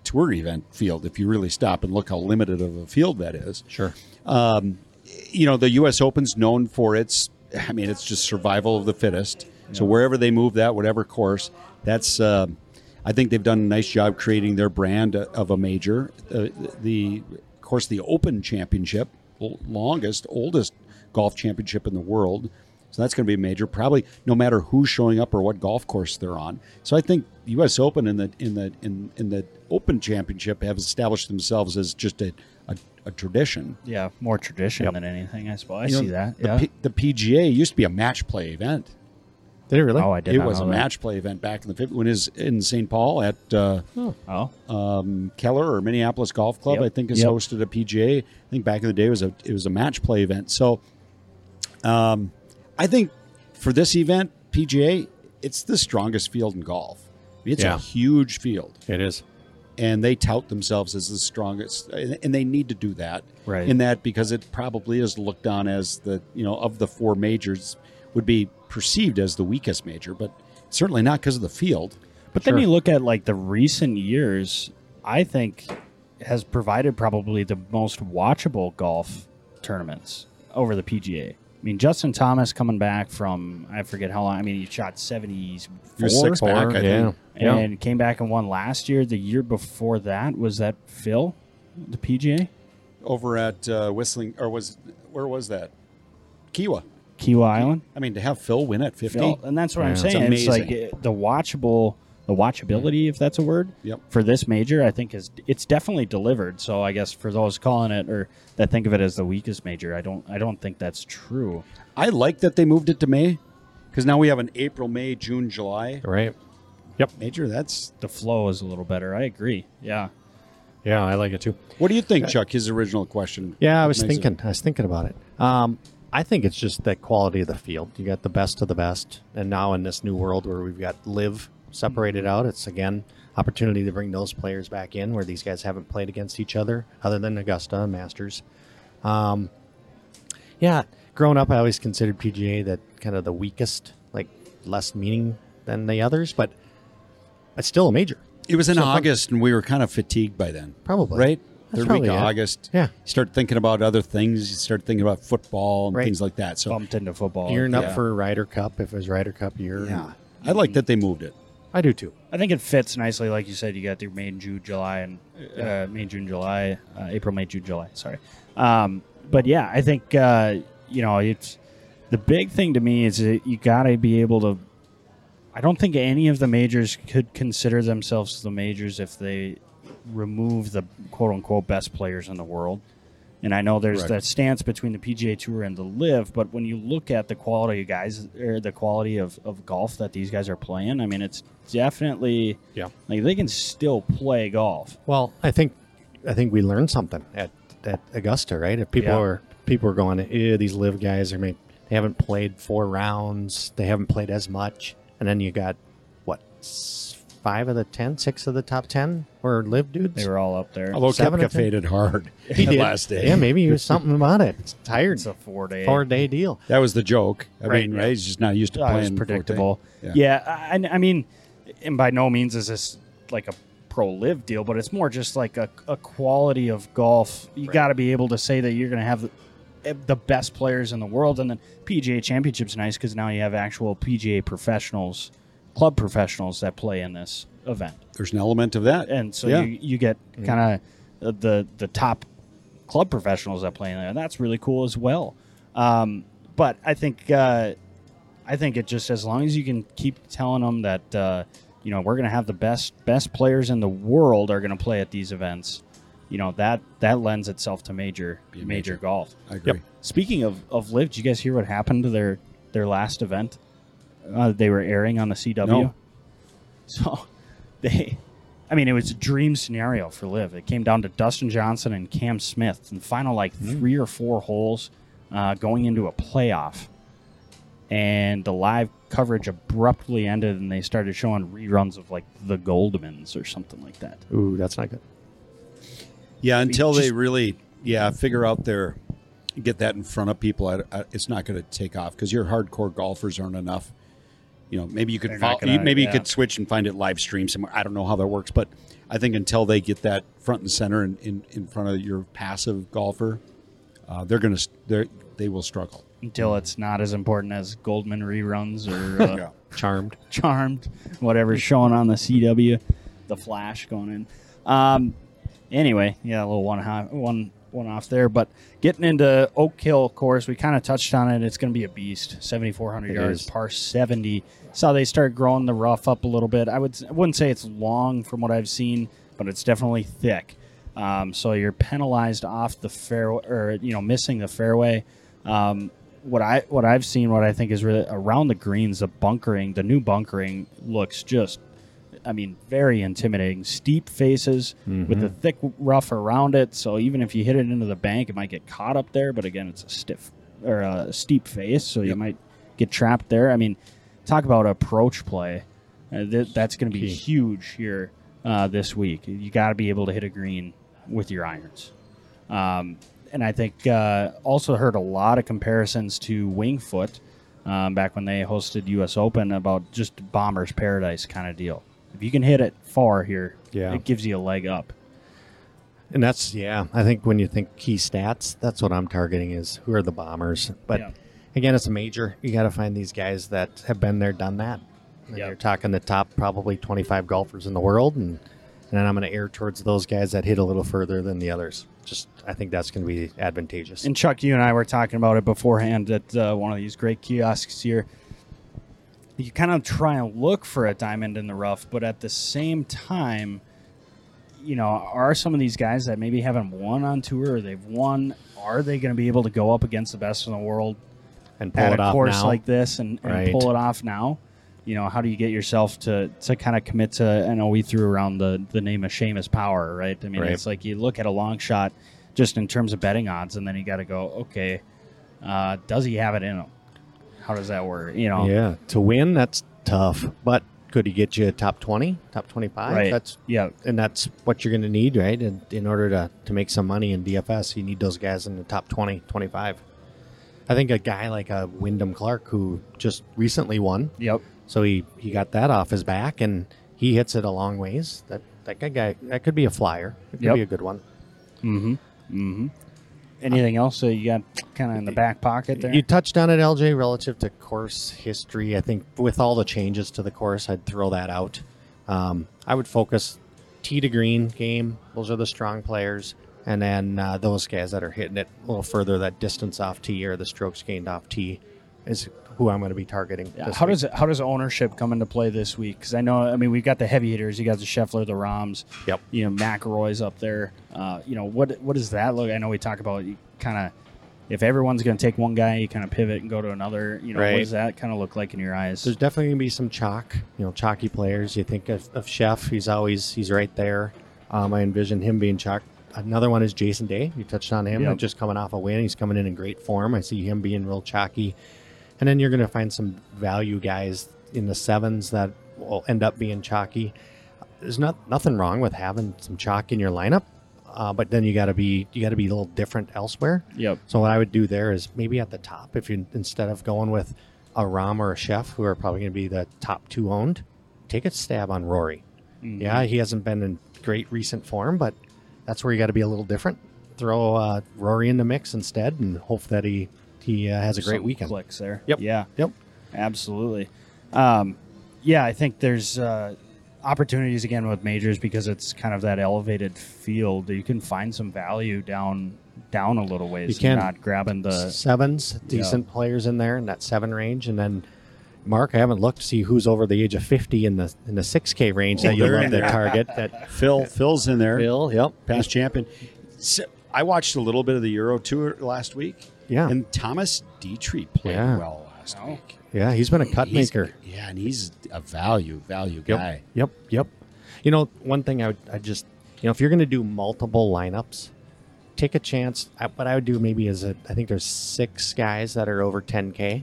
D: tour event field if you really stop and look how limited of a field that is.
C: Sure.
D: You know, the U.S. Open's known for its, I mean, it's just survival of the fittest. So wherever they move that, whatever course, that's, uh, I think they've done a nice job creating their brand of a major. Uh, the, of course, the Open Championship, l- longest, oldest golf championship in the world. So that's going to be major, probably no matter who's showing up or what golf course they're on. So I think U.S. Open and the in the in, in the Open Championship have established themselves as just a, a, a tradition.
A: yeah, more tradition than anything, I suppose. I
D: You know,
A: see that.
D: The,
A: Yeah.
D: P- the PGA used to be a match play event.
C: Did it really?
A: oh, I did.
D: it
A: not
D: was a
A: know that.
D: match play event back in the 50s when it was in St. Paul at uh,
A: Oh,
D: um, Keller or Minneapolis Golf Club,
A: Yep.
D: I think, has
A: Yep.
D: hosted a PGA. I think back in the day it was a it was a match play event. So, um, I think for this event, PGA, it's the strongest field in golf. It's
C: Yeah.
D: a huge field,
C: It is.
D: and they tout themselves as the strongest, and and they need to do that.
A: Right.
D: In that, because it probably is looked on as the you know of the four majors would be perceived as the weakest major, but certainly not because of the field.
A: but then you look at like the recent years. I think has provided probably the most watchable golf tournaments over the PGA. I mean, Justin Thomas coming back from I forget how long. I mean, he shot seventies
D: He was six back,
C: yeah.
D: I think.
C: Yeah.
A: and came back and won last year. The year before that was that Phil, the PGA
D: over at uh, Whistling, or was where was that? Kiwa.
A: Kiwa Island.
D: I mean, to have Phil win at fifty.
A: Phil, and that's what I'm
C: Yeah.
A: saying. It's,
D: It's
A: like
D: amazing.
A: uh, the watchable, the watchability, if that's a word,
D: Yep.
A: for this major. I think is it's definitely delivered. So I guess for those calling it or that think of it as the weakest major, I don't, I don't think that's true.
D: I like that they moved it to May because now we have an April, May, June, July
C: Right.
D: major. That's
A: The flow is a little better. I agree. Yeah.
C: Yeah, I like it too.
D: what do you think, Chuck? His original question.
C: Uh, Yeah, I was
D: Makes it-
C: thinking. I was thinking about it. Um, I think it's just that quality of the field. You got the best of the best, and now in this new world where we've got live separated
D: Mm-hmm.
C: out, it's again opportunity to bring those players back in where these guys haven't played against each other other than Augusta and Masters. Um, yeah, growing up, I always considered PGA that kind of the weakest, like less meaning than the others, but it's still a major,
D: It was in
C: So-
D: August, and we were kind of fatigued by then.
C: probably.
D: Right? third week
C: probably
D: of
C: it.
D: August.
C: Yeah.
D: You start thinking about other things. You start thinking about football and
C: Right.
D: things like that. So,
A: bumped into football.
C: Gearing
D: Oh, yeah.
C: up for Ryder Cup if it was Ryder Cup year.
D: yeah. I like that they moved it.
C: I do too.
A: I think it fits nicely, like you said. You got through May and June, July, and uh, May, June, July, uh, April, May, June, July. Sorry, um, but yeah, I think uh, you know it's the big thing to me is that you got to be able to. I don't think any of the majors could consider themselves the majors if they remove the quote unquote best players in the world. And I know there's
D: Correct.
A: that stance between the PGA Tour and the Live, but when you look at the quality of guys or the quality of, of golf that these guys are playing, I mean, it's definitely
C: Yeah.
A: like they can still play golf.
C: Well, I think I think we learned something at at Augusta, right? If people
A: Yeah.
C: are people are going, eh, these live guys are made. They haven't played four rounds. They haven't played as much. And then you got what s- five of the ten, six of the top ten were live dudes.
A: They were all up there.
D: Although
C: Seven
D: Kepka
C: of ten.
D: faded hard
C: <laughs>
A: <laughs>
C: He did.
D: last day.
C: Yeah, maybe he was something about it. It's tired.
A: It's a four day.
C: four day deal.
D: That was the joke. I
C: Right,
D: mean,
C: yeah.
D: right? He's just not used to
A: Oh,
D: playing.
A: it was predictable.
D: Yeah.
A: Yeah, I, I mean, and by no means is this like a pro live deal, but it's more just like a, a quality of golf. You got to be able to say that you're going to have the, the best players in the world, and then PGA Championship's nice because now you have actual PGA professionals, club professionals that play in this event,
D: There's an element of that.
A: and so
D: Yeah.
A: you you get kind of the the top club professionals that play in there, and that's really cool as well. Um, but I think. Uh, I think it just as long as you can keep telling them that uh, you know we're going to have the best best players in the world are going to play at these events, you know that that lends itself to major
D: a
A: major,
D: major.
A: golf.
D: I agree.
A: Speaking of of live, did you guys hear what happened to their their last event? Uh, they were airing on the CW.
D: No.
A: <laughs> So they, I mean, it was a dream scenario for live. It came down to Dustin Johnson and Cam Smith in the final like three or four holes, uh, going into a playoff and the live coverage abruptly ended and they started showing reruns of like the goldmans or something like that
C: Ooh, that's not good.
D: Yeah, until they
A: just-
D: really, yeah, figure out their, get that in front of people, I, I, it's not going to take off because your hardcore golfers aren't enough. You know, maybe you could
A: They're
D: follow,
A: not gonna-
D: maybe you
A: yeah.
D: could switch and find it live stream somewhere. I don't know how that works, but I think until they get that front and center in, in, in front of your passive golfer, uh, they're going to they they will struggle.
A: until it's not as important as goldman reruns or uh,
C: Charmed.
A: charmed whatever's showing on the cw the flash going in um, anyway yeah a little one high, one one off there but getting into oak hill course we kind of touched on it it's going to be a beast 7400
C: It
A: yards
C: is.
A: par 70 saw they started growing the rough up a little bit i would I wouldn't say it's long from what i've seen but it's definitely thick um, so you're penalized off the fairway or you know missing the fairway um, what i what i've seen what i think is really around the greens the bunkering the new bunkering looks just I mean, very intimidating. Steep faces with the thick rough around it. So even if you hit it into the bank, it might get caught up there. But again, it's a stiff or a steep face, so you
D: Yep.
A: might get trapped there. I mean, talk about approach play. Uh, th- that's going to be
C: Key.
A: huge here uh, this week. You got to be able to hit a green with your irons. Um, and I think uh, also heard a lot of comparisons to Wingfoot um, back when they hosted U.S. Open about just bombers paradise kind of deal. If you can hit it far here,
C: Yeah.
A: it gives you a leg up.
C: And that's yeah. I think when you think key stats, that's what I'm targeting is who are the bombers. But
A: Yeah.
C: again, it's a major. You got to find these guys that have been there, done that. And
A: Yep.
C: You're talking the top probably 25 golfers in the world, and and then I'm going to air towards those guys that hit a little further than the others. Just I think that's going to be advantageous.
A: And Chuck, you and I were talking about it beforehand at uh, one of these great kiosks here. You kind of try and look for a diamond in the rough, but at the same time, you know, are some of these guys that maybe haven't won on tour or they've won, are they going to be able to go up against the best in the world
C: and pull
A: at
C: it
A: a
C: off
A: course
C: now.
A: like this and, and
C: Right.
A: pull it off now? You know, how do you get yourself to to kind of commit to? I know we threw around the the name of Seamus Power, right? I mean,
C: Right.
A: it's like you look at a long shot just in terms of betting odds, and then you got to go, okay, uh, does he have it in him? How does that work? You know,
C: yeah, to win that's tough. But could he get you a top 20, top 25?
A: right?
C: That's
A: yeah,
C: and that's what you're going to need right in, in order to, to make some money in dfs you need those guys in the top 20 25 i think a guy like a wyndham clark who just recently won
A: yep.
C: so he, he got that off his back and he hits it a long ways that that guy, guy that could be a flyer it could
A: Yep.
C: be a good one
A: Mm-hmm.
C: Uh,
A: Anything else that you got kind of in the back pocket there?
C: You touched on it, LJ, relative to course history. I think with all the changes to the course, I'd throw that out. Um, I would focus T to green game. Those are the strong players. And then uh, those guys that are hitting it a little further, that distance off T or the strokes gained off T is who I'm going to be targeting.
A: Yeah,
C: this
A: how
C: week.
A: does it, how does ownership come into play this week? Because I know, I mean, we've got the heavy hitters. You got the Scheffler, the Roms.
C: Yep.
A: You know, McElroy's up there. Uh, you know, what what does that look? I know we talk about kind of if everyone's going to take one guy, you kind of pivot and go to another. You know, what
C: Right.
A: does that kind of look like in your eyes?
C: There's definitely gonna be some chalk, you know, chalky players. You think of, of Chef, he's always he's right there. Um, I envision him being chalk. Another one is Jason Day. You touched on him,
A: Yep.
C: just coming off a win. He's coming in in great form. I see him being real chalky, and then you're gonna find some value guys in the sevens that will end up being chalky. There's not nothing wrong with having some chalk in your lineup, uh, but then you gotta be you gotta be a little different elsewhere.
A: yep.
C: So what I would do there is maybe at the top, if you instead of going with a Rom or a Chef, who are probably going to be the top two owned, take a stab on Rory. Yeah, he hasn't been in great recent form, but that's where you got to be a little different. Throw uh, Rory in the mix instead, and hope that he he uh, has a great
A: Some
C: weekend.
A: Clicks there.
C: Yep.
A: Yeah.
C: Yep.
A: Absolutely. Um, yeah, I think there's uh, opportunities again with majors because it's kind of that elevated field. You can find some value down down a little ways.
C: You can.
A: and not grabbing the
C: sevens, decent players in there in that seven range, and then Mark, I haven't looked to see who's over the age of fifty in the in the six K range that you
D: they're
C: love
D: in
C: to
D: there.
C: target. That
D: Phil, Phil's in there,
C: Bill, yep,
D: past champion. So, I watched a little bit of the Euro Tour last week.
C: Yeah.
D: and Thomas Dietrich played
C: Yeah.
D: well last week.
C: yeah, he's been a cut
D: He's-
C: maker.
D: yeah, and he's a value value
C: Yep.
D: guy.
C: Yep. Yep. You know, one thing I would I just you know if you're going to do multiple lineups, take a chance. I, what I would do maybe is a, I think there's six guys that are over 10k.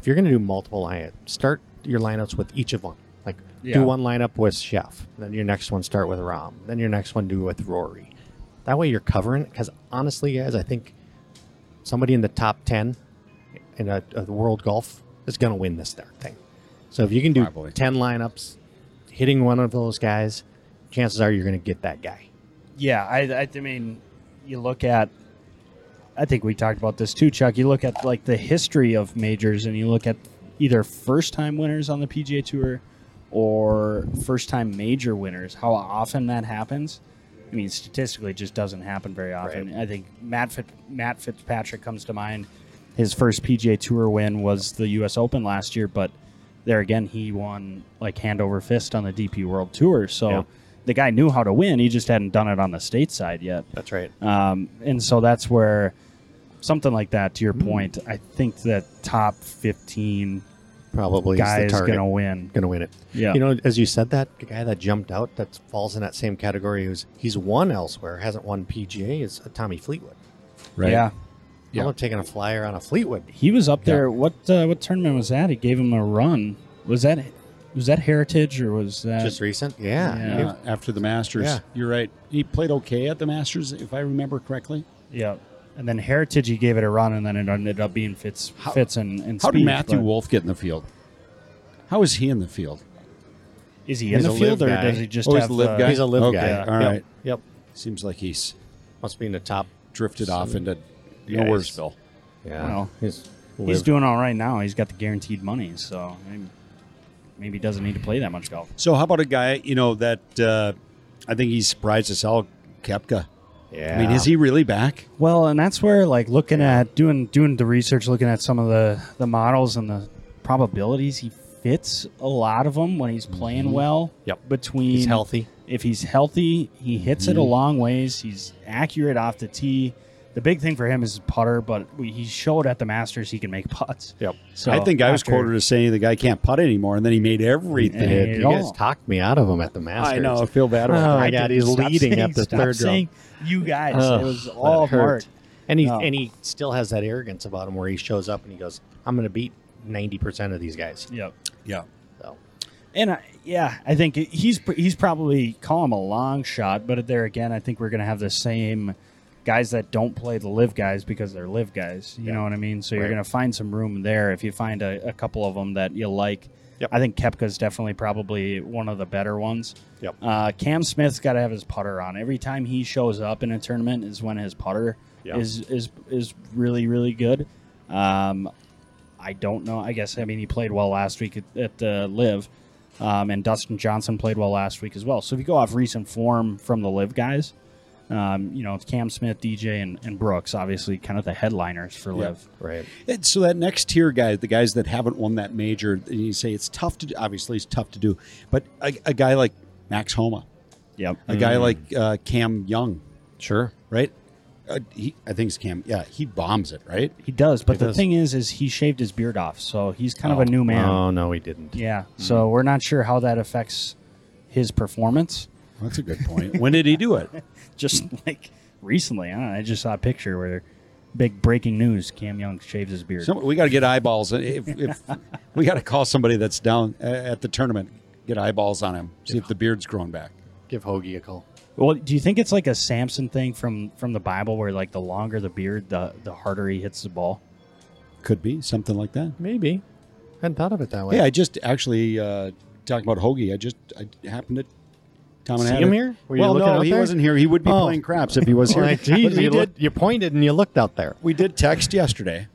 C: If you're going to do multiple lineup, start your lineups with each of them. Like
A: Yeah.
C: do one lineup with Chef, then your next one start with Rom, then your next one do with Rory. That way you're covering it. Because honestly, guys, I think somebody in the top 10 in a, a world golf is going to win this darn thing. So if you can do
D: Probably.
C: 10 lineups, hitting one of those guys, chances are you're going to get that guy.
A: Yeah, I, I, I mean, you look at. I think we talked about this too, Chuck. You look at like the history of majors, and you look at either first-time winners on the PGA Tour or first-time major winners. How often that happens? I mean, statistically, it just doesn't happen very often. I think Matt Fit, Matt Fitzpatrick comes to mind. His first PGA Tour win was the U.S. Open last year, but there again, he won like hand over fist on the DP World Tour. So
C: Yeah.
A: the guy knew how to win; he just hadn't done it on the state side yet.
C: That's right.
A: Um, and so that's where something like that, to your
C: Hmm.
A: point, I think that top 15
C: Probably
A: guy is
C: is the
A: going to
C: target.
A: win.
C: Going to win it.
A: Yeah.
C: You know, as you said that, the guy that jumped out that falls in that same category who's he's won elsewhere, hasn't won PGA, is Tommy Fleetwood.
D: Right?
A: Yeah.
D: Yeah.
C: I love taking a flyer on a Fleetwood.
A: He was up there. What uh, what tournament was that? He gave him a run. Was that was that Heritage or was that
C: Just recent. Yeah.
A: Yeah.
D: Yeah, after the Masters,
C: Yeah.
D: you're right. He played okay at the Masters, if I remember correctly.
A: yeah? And then Heritage, he gave it a run, and then it ended up being Fitz,
D: How-
A: Fitz and, and
D: How did
A: Spieth,
D: Matthew
A: but-
D: Wolf get in the field? How is he in the field?
A: Is he in
C: He's
A: the
C: a
A: field,
C: live
A: or
C: guy.
A: does he just
D: Oh, he's
A: have uh,
D: the live
A: the-
D: guy?
C: He's a live
D: Okay,
C: guy.
D: all
C: Yep.
D: right.
C: Yep.
D: Seems like he's
C: Must be in the top.
D: drifted off into
C: Yeah,
D: nowhere.
C: he's-
D: Still,
C: Yeah.
A: Well,
C: he's
A: He's
C: lived.
A: doing all right now. He's got the guaranteed money, so maybe, maybe he doesn't need to play that much golf.
D: so how about a guy? You know that uh, I think he surprised us all. Kepka.
C: Yeah.
D: I mean, is he really back?
A: Well, and that's where like looking at doing doing the research, looking at some of the the models and the probabilities, he fits a lot of them when he's playing well.
C: Mm-hmm. Yep.
A: Between
C: He's healthy. Mm-hmm.
A: if he's healthy, he hits it a long ways. He's accurate off the tee. The big thing for him is putter, but we, he showed at the Masters he can make putts.
C: Yep.
A: So
D: I think I was
A: after-
D: quoted as saying the guy can't putt anymore, and then he made
A: Yeah,
D: everything.
A: Hey,
C: Dude,
A: at
C: you guys
A: all.
C: talked me out of him at the Masters.
D: I know. I feel bad about
C: Oh,
D: that.
C: my
A: I
C: God,
A: didn't-
C: he's
A: stop
C: leading
A: saying-
C: at the
A: stop
C: third row.
A: saying You guys,
C: Ugh,
A: it was
C: that
A: all
C: hurt.
A: Mark.
C: And he
A: No.
C: and he still has that arrogance about him where he shows up and he goes, "I'm going to beat 90 percent of these guys."
A: Yep.
D: Yeah.
C: So
A: And I, yeah, I think he's he's probably call him a long shot, but there again, I think we're going to have the same guys that don't play the live guys because they're live guys. You know what I mean? So you're
C: Right.
A: going to find some room there if you find a, a couple of them that you like.
C: Yep.
A: I think Kepka's definitely probably one of the better ones.
C: Yep.
A: Uh, Cam Smith's got to have his putter on. Every time he shows up in a tournament is when his putter
C: Yeah.
A: is is is really really good. Um, I don't know. I guess I mean he played well last week at, at the Live, um, and Dustin Johnson played well last week as well. So if you go off recent form from the Live guys, um, you know it's Cam Smith, DJ, and, and Brooks obviously kind of the headliners for Live.
C: Right.
D: And so that next tier guy, the guys that haven't won that major, and you say it's tough to do. Obviously, it's tough to do, but a, a guy like Max Homa,
A: Yep.
D: a guy like uh, Cam Young,
C: Sure.
D: right? Uh, he, I think it's Cam. Yeah, he bombs it, right?
A: He does, but
C: He
A: the
C: does.
A: thing is, is he shaved his beard off, so he's kind of a new man.
C: Oh Mm-hmm. no, he didn't.
A: Yeah, so we're not sure how that affects his performance. <laughs>
D: That's a good point. when did he do <laughs> it?
A: Just
C: Mm.
A: like recently, I, don't know, I just saw a picture where big breaking news: Cam Young shaves his beard.
D: Some, we got to get eyeballs. uh, If, if we got to call somebody that's down uh, at the tournament, get eyeballs on him, see if the beard's grown back.
C: Give Hoagie a call.
A: well, do you think it's like a Samson thing from from the Bible, where like the longer the beard, the the harder he hits the ball?
D: Could be something like that.
C: Maybe. Hadn't thought of it that way.
D: Hey, I just actually uh, talking about Hoagie. I just I happened to. Tom and
C: See
D: Hannah-
C: him here? Were you
D: well,
C: looking
D: no,
C: out
D: he
C: there?
D: wasn't here. He would be
C: Oh.
D: playing craps if he
C: <laughs>
D: <laughs> was here.
C: Like, geez,
D: But we,
C: you,
D: did,
C: looked, you pointed and you looked out there.
D: we did text yesterday.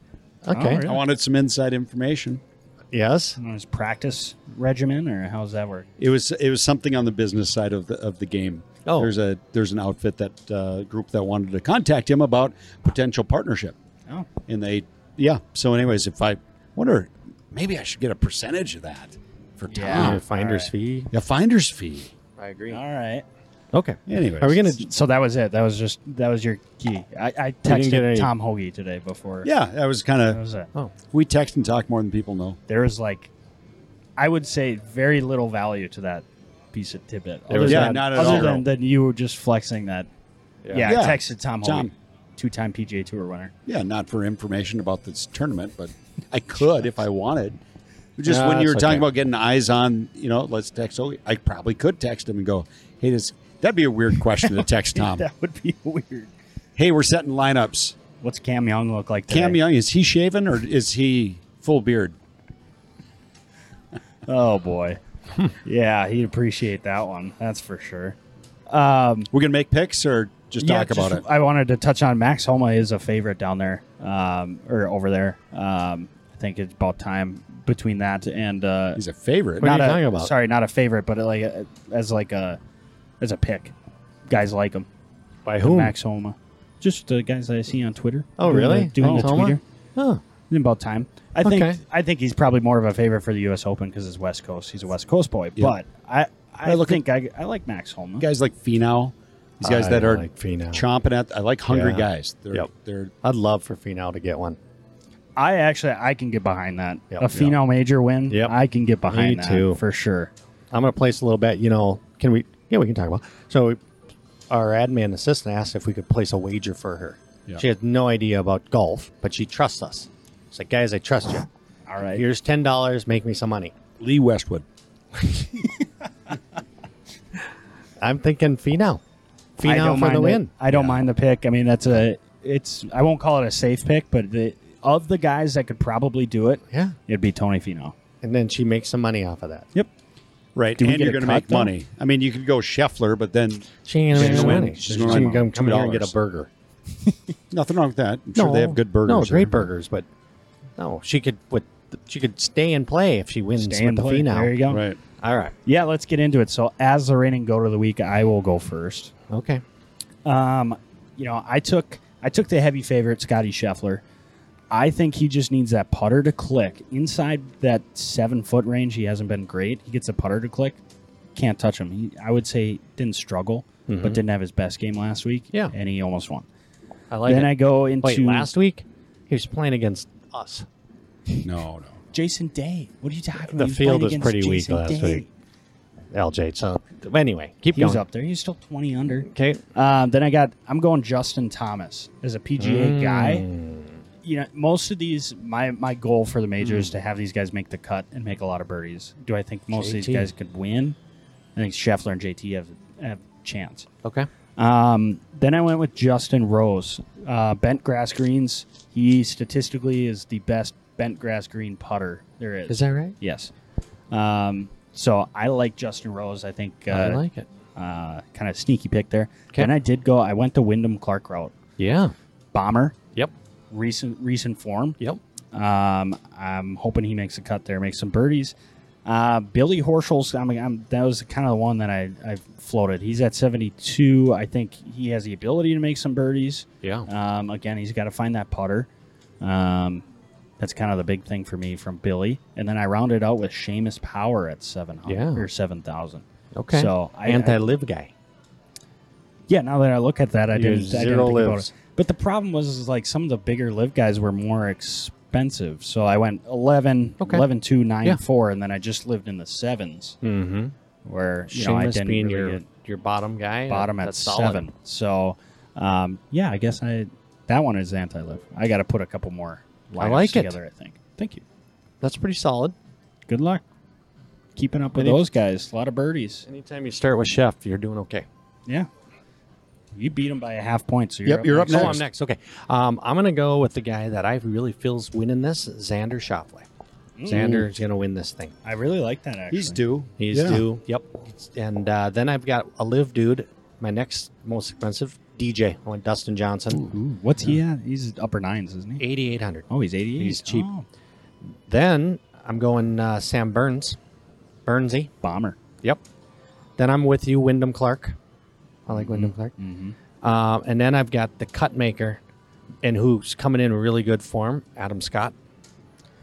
D: Oh,
C: Okay.
A: really?
D: I wanted some inside information.
C: Yes.
A: On his practice regimen, or how's that work?
D: It was it was something on the business side of the of the game.
C: Oh.
D: There's a there's an outfit that uh, group that wanted to contact him about potential partnership.
A: Oh,
D: and they yeah so anyways if i wonder maybe i should get a percentage of that for tom
A: Yeah.
C: Uh, finder's
A: All right.
C: fee.
D: yeah finder's fee
C: I agree.
A: all right.
C: Okay.
D: anyways
C: Are we gonna?
A: So that was it. That was just that was your key. I, I
C: didn't
A: texted
C: get any-
A: Tom Hoagie today before.
D: yeah that was kind
A: that
D: of
A: was it.
C: Oh,
D: we text and talk more than people know
A: there was like I would say very little value to that piece of tidbit.
C: There was
A: Other
C: Yeah,
A: than-
D: not at
A: other
D: all.
A: than, than you were just flexing that. Yeah, I
D: Yeah.
A: texted Tom
D: Tom.
A: Hogan, two-time PGA Tour winner.
D: yeah not for information about this tournament but i could if i wanted just
C: Nah,
D: when you were
C: that's
D: talking
C: okay.
D: about getting eyes on you know let's text oh i probably could text him and go hey this that'd be a weird question
C: <laughs>
D: to text tom
A: That would be weird.
D: hey we're setting lineups
A: What's Cam Young look like today?
D: cam young is he shaven or is he full beard
A: Oh boy. yeah, he'd appreciate that one. That's for sure. Um,
D: we're gonna make picks or just
A: yeah,
D: talk about
A: just-
D: it
A: I wanted to touch on Max Homa is a favorite down there, um, or over there. Um, I think it's about time between that and uh,
D: He's a favorite.
C: What are
A: not
C: you
A: a,
C: talking about?
A: Sorry, not a favorite, but like a, as like a as a pick. Guys like him.
C: by whom?
A: Max Homa. Just the guys that I see on Twitter.
C: Oh,
A: Doing
C: really?
A: the- doing
C: Oh,
A: the
C: Homa?
A: Twitter.
C: Oh,
A: In about time. I think
C: Okay.
A: I think he's probably more of a favorite for the U.S. Open because it's West Coast. He's a West Coast boy.
D: Yeah.
A: But I I,
D: I look
A: think I, I like Max Homa.
D: guys like Finau, these guys
C: I
D: that are
C: like Finau.
D: chomping at. I like hungry
C: Yeah.
D: guys. They're,
C: Yep.
D: they're
C: I'd love for Finau to get one.
A: I actually I can get behind that.
C: Yep.
A: a Pheno major win.
C: Yep.
A: I can get behind
C: Me
A: that
C: too.
A: for sure.
C: I'm gonna place a little bet. You know, can we? Yeah, we can talk about. So, our admin assistant asked if we could place a wager for her.
D: Yeah.
C: She has no idea about golf, but she trusts us. She's like, guys, I trust you.
A: All right.
C: Here's ten dollars. Make me some money.
D: Lee Westwood.
C: I'm thinking Finau.
A: I
C: Finau
A: don't
C: for
A: mind
C: the win.
A: I don't mind the pick. I mean, that's a it's. I won't call it a safe pick, but the of the guys that could probably do it,
C: Yeah.
A: it'd be Tony Fino.
C: And then she makes some money off of that.
A: Yep.
D: Right.
A: we
D: and
A: get
D: you're
A: a
D: going to
A: cut,
D: make
A: though?
D: money. I mean, you could go Scheffler, but then
C: She ain't
D: She's
C: making no
D: gonna-
C: money.
D: she's
C: She
D: gonna
C: can
D: win
C: come, come here and get
D: $2.
C: a burger.
D: nothing wrong with that. I'm sure they have good burgers.
C: No, great
D: there.
C: burgers, but no, she could with she could stay and play if she wins
A: Stay
C: with
A: and
C: the
A: play.
C: Finau.
A: There you go.
D: Right.
C: All right.
A: Yeah, let's get into it. So, as the reigning go to the week, I will go first.
C: Okay.
A: Um, you know, I took I took the heavy favorite, Scotty Scheffler. I think he just needs that putter to click inside that seven foot range. He hasn't been great. He gets the putter to click, can't touch him. He, I would say didn't struggle, but didn't have his best game last week.
C: Mm-hmm. Yeah.
A: and he almost won.
C: I like
A: then
C: it.
A: I go into
C: Wait, last week he was playing against us.
D: No, no.
A: Jason Day. What are you talking about?
C: The
A: He was
C: field
A: playing
C: was
A: against
C: pretty weak
A: Jason
C: last
A: Day.
C: week. LJ. So anyway, keep
A: He
C: going.
A: was up there. He was still twenty under.
C: Okay.
A: Um, then I got I'm going Justin Thomas as a
C: Mm.
A: PGA guy. You know, most of these my my goal for the major
C: Mm.
A: is to have these guys make the cut and make a lot of birdies. Do I think most of these
C: JT.
A: guys could win? I think Scheffler and JT have have a chance.
C: Okay.
A: Um, then I went with Justin Rose, uh, bent grass greens. He statistically is the best bent grass green putter there is.
C: Is that right?
A: Yes. Um, so I like Justin Rose. I think uh,
C: I like it.
A: uh, kind of sneaky pick there.
C: Okay.
A: And I did go. I went the Wyndham Clark route.
C: Yeah.
A: Bomber,
C: Yep.
A: recent recent form.
C: Yep.
A: Um, I'm hoping he makes a cut there, makes some birdies. Uh, Billy Horschel's. I mean, I'm, that was kind of the one that I, I floated. He's at 72. I think he has the ability to make some birdies.
C: Yeah.
A: Um, again, he's got to find that putter. Um, that's kind of the big thing for me from Billy. And then I rounded out with Seamus Power at 700
C: Yeah.
A: or 7,000.
C: okay.
A: So I,
C: anti
A: I
C: live guy.
A: yeah, now that I look at that, I
C: You're
A: didn't, I didn't
C: zero
A: think about
C: lives.
A: it. But the problem was, is like some of the bigger live guys were more expensive. So I went 11,
C: Okay.
A: 11, 2, 9,
C: Yeah.
A: 4, and then I just lived in the sevens
C: Mm-hmm.
A: where, you know, I
C: Seamus
A: didn't
C: being
A: really
C: your
A: get
C: your bottom guy.
A: bottom at
C: That's solid.
A: seven. So, um, yeah, I guess I that one is anti live. I got to put a couple more
C: I
A: lineups
C: like it.
A: together. I think. Thank you.
C: That's pretty solid.
A: Good luck keeping up with
C: Any-
A: those guys. A lot of birdies.
C: Anytime you start with chef, you're doing okay.
A: Yeah, you beat them by a half point. So you're
D: Yep,
A: up
D: you're up
A: next.
C: Oh, I'm next. Okay. Um, I'm going to go with the guy that I really feel's winning this, Xander Schauffele. Mm. Xander's going to win this thing.
A: Mm. I really like that. Actually,
D: He's due.
C: He's
D: Yeah.
C: due. Yep. And uh, then I've got a live dude, my next most expensive DJ. I went Dustin Johnson,
A: Ooh, what's he at? He's upper nines, isn't he?
C: 8,800.
A: Oh, he's 88.
C: He's cheap.
A: Oh,
C: Then I'm going uh, Sam Burns, Burnsy.
A: bomber.
C: Yep. Then I'm with you, Wyndham Clark. I like Wyndham Clark.
A: Mm-hmm.
C: Uh, and then I've got the cut maker, and who's coming in really good form, Adam Scott.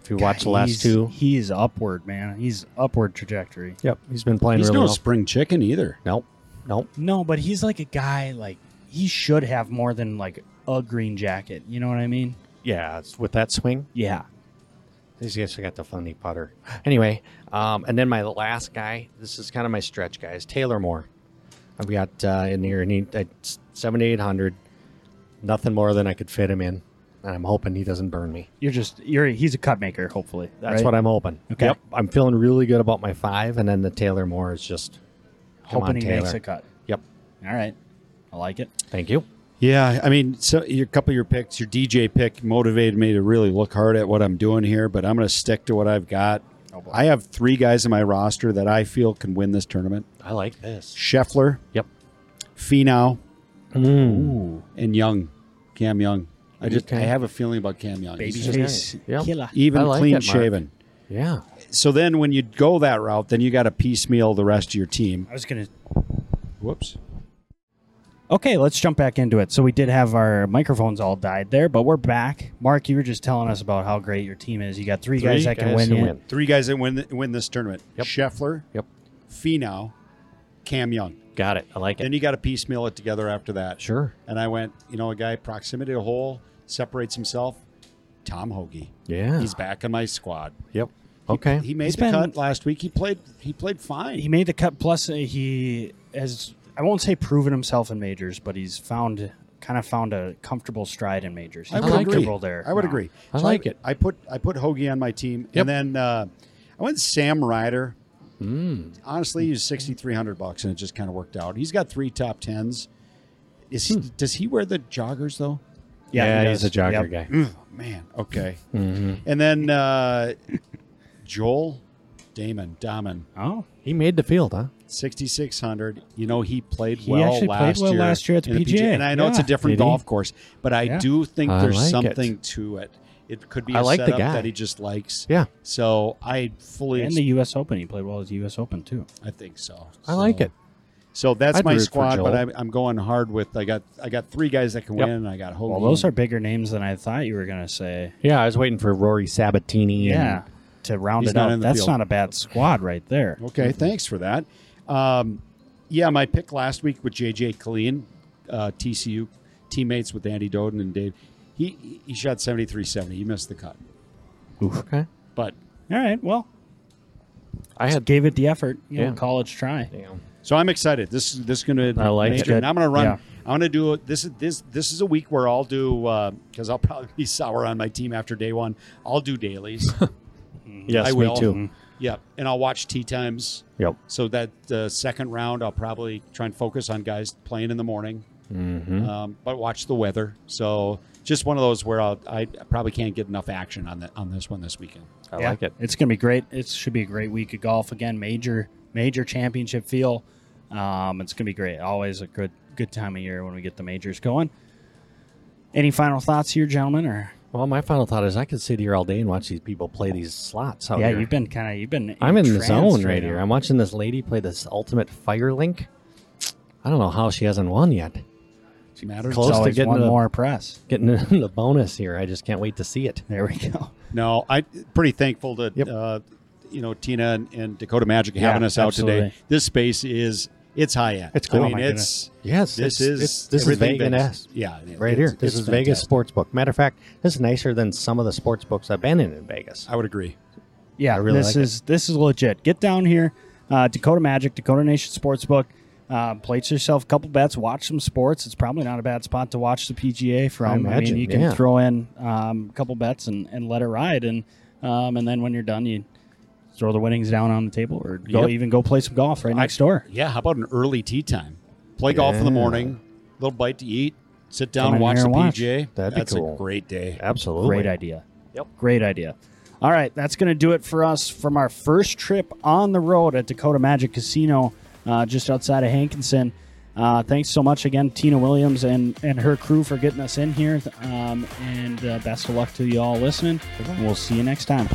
C: If you watch the last two,
A: He is upward, man. He's upward trajectory.
C: yep, he's been playing
D: He's
C: really
D: no
C: well.
D: spring chicken either.
C: nope, nope.
A: No, but he's like a guy like he should have more than like a green jacket. You know what I mean?
C: Yeah, it's with that swing,
A: Yeah.
C: he's just got the funny putter. Anyway, um, and then my last guy, this is kind of my stretch guy, is Taylor Moore. I've got uh, in here, and he it's seventy eight hundred, nothing more than I could fit him in, and I'm hoping he doesn't burn me.
A: You're just you're he's a cut maker, hopefully.
C: That's what I'm hoping.
A: Okay.
C: Yep, I'm feeling really good about my five, and then the Taylor Moore is just come
A: hoping
C: on,
A: he
C: Taylor.
A: makes a cut.
C: Yep.
A: All right. I like it.
C: Thank you.
D: Yeah, I mean, so your couple of your picks, your DJ pick motivated me to really look hard at what I'm doing here, but I'm going to stick to what I've got.
A: boy.
D: I have three guys in my roster that I feel can win this tournament:
C: I like this.
D: Scheffler,
C: Yep.
D: Finau,
C: Mm.
A: Ooh.
D: and Young, Cam Young. I just
C: Okay.
D: I have a feeling about Cam Young. He's just
A: Babyface
C: Yep.
A: killer.
D: even
C: I like
D: clean
C: it, Mark.
D: shaven.
C: Yeah.
D: So then, when you go that route, then you got to piecemeal the rest of your team.
A: I was gonna
D: Whoops.
A: Okay, let's jump back into it. So we did have our microphones all died there, but we're back. Mark, you were just telling us about how great your team is. You got three, guys that can
C: guys
A: win,
C: who
A: you.
C: win.
D: Three guys that win win this tournament:
C: Yep.
D: Scheffler,
C: Yep.
D: Finau, Cam Young.
C: Got it. I like it.
D: Then you got to piecemeal it together after that.
C: Sure.
D: And I went, you know, a guy proximity to hole separates himself. Tom Hoagie.
C: Yeah.
D: He's back in my squad.
C: Yep. Okay.
D: He made
A: He's
D: the
A: been-
D: cut last week. He played. He played fine.
A: He made the cut. Plus, uh, he has I won't say proven himself in majors, but he's found kind of found a comfortable stride in majors. He's
D: I would agree.
A: comfortable there.
D: I would
A: now.
D: agree.
C: I like it.
D: I put I put Hoagie on my team,
C: Yep.
D: and then uh, I went Sam Ryder.
C: Hmm.
D: Honestly, he was sixty three hundred bucks, and it just kind of worked out. He's got three top tens. Is
C: Hmm.
D: he? Does he wear the joggers though?
A: he
C: he's a
A: does.
C: jogger
A: Yep. Mm-hmm.
C: guy.
D: Ugh, man, okay. And then uh, Joel Damon, Damon,
A: Oh,
C: He made the field, huh?
D: 6,600. You know, he played
A: He
D: well
A: actually played
D: last
A: well
D: year.
A: last year at the
D: in
A: PGA.
D: And I know it's a
A: Yeah.
D: different
C: Did he?
D: golf course, but I
A: Yeah.
D: do think
C: I
D: there's
C: like it.
D: something to it. It could be
C: I
D: a
C: like the
D: setup
C: guy.
D: that he just likes.
C: Yeah.
D: So I fully,
A: And the U.S. Open, he played well at the U.S. Open too.
D: I think so.
C: I like
D: So-
C: it.
D: So that's
C: I'd
D: my
C: root for
D: squad, but
C: Joel.
D: I'm, I'm going hard with I got I got three guys that can
C: Yep.
D: win, and I got Hogan.
A: Well, those are bigger names than I thought you were going to say.
C: Yeah. I was waiting for Rory Sabatini.
A: Yeah, to round
D: He's
A: it
D: not
A: out,
D: in the
A: that's
D: field.
A: not a bad squad right there.
D: Okay,
C: Mm-hmm.
D: thanks for that. Um, yeah, my pick last week with JJ Colleen, uh, TCU teammates with Andy Doden and Dave. He he shot 73-70. He missed the cut.
C: And, okay.
D: But
A: All right, well,
C: I had.
A: gave it the effort. You know,
C: Yeah.
A: college try.
C: Damn.
D: so I'm excited. This this is going to
C: I like it.
D: And I'm going to run.
A: Yeah.
D: I'm going to do this. is This this is a week where I'll do because I'll probably be sour on my team after day one. I'll do dailies.
C: <laughs> Yes,
D: I
C: me
D: will. Mm-hmm.
C: too.
D: yeah, and I'll watch tea times.
C: Yep.
D: So that uh, second round, I'll probably try and focus on guys playing in the morning.
C: Mm-hmm.
D: Um, but watch the weather. So just one of those where I'll, I probably can't get enough action on the, on this one this weekend.
C: I
A: Yeah,
C: like it.
A: It's going to be great. It should be a great week of golf again. Major major championship feel. Um, it's going to be great. Always a good good time of year when we get the majors going. Any final thoughts here, gentlemen? Or
C: Well, my final thought is I could sit here all day and watch these people play these slots out
A: yeah,
C: Oh, here.
A: you've been kind of you've been.
C: I'm in the
A: trance
C: zone right here.
A: now.
C: I'm watching this lady play this ultimate fire link. I don't know how she hasn't won yet.
D: Does it matter?
A: It's
C: Close to
A: always
C: getting
A: one
C: to the-
A: more press.
C: Getting <laughs> in the bonus here. I just can't wait to see it.
A: There we go.
D: No, I pretty thankful to
C: Yep.
D: uh, you know Tina and, and Dakota Magic
A: Yeah,
D: having us out today.
A: absolutely.
D: This space is it's high end.
C: It's cool.
A: Oh,
D: I mean,
A: my
D: it's
C: Yes,
D: this
C: it's-
D: is
C: it's- this is
D: everything
C: Vegas
D: that's- Yeah, it-
C: Right
D: it's-
C: here. This
D: it's
C: is Vegas
D: fantastic.
C: sports book. Matter of fact, this is nicer than some of the sports books I've been in in Vegas.
D: I would agree.
A: Yeah,
C: I really
A: this
C: like it.
A: is this is legit. Get down here, uh, Dakota Magic, Dakota Nation Sportsbook. Uh, place yourself a couple bets, watch some sports. It's probably not a bad spot to watch the PGA from. I, mean,
C: imagine,
A: you can
C: yeah.
A: throw in um, a couple bets and, and let it ride, and um, and then when you're done, you throw the winnings down on the table, or go
D: Yep.
A: even go play some golf right
D: I-
A: next door.
D: Yeah, how about an early tea time? Play golf in the
C: Yeah.
D: morning, little bite to eat, sit down,
A: Come in
D: watch
A: here
D: the
A: and watch.
D: PGA.
C: That'd be
D: That's
C: cool.
D: a great day.
C: Absolutely.
A: Great idea.
C: Yep.
A: Great idea. All right, that's going to do it for us from our first trip on the road at Dakota Magic Casino, uh, just outside of Hankinson. Uh, thanks so much again, Tina Williams and, and her crew for getting us in here. Um, and uh, best of luck to you all listening. We'll see you next time.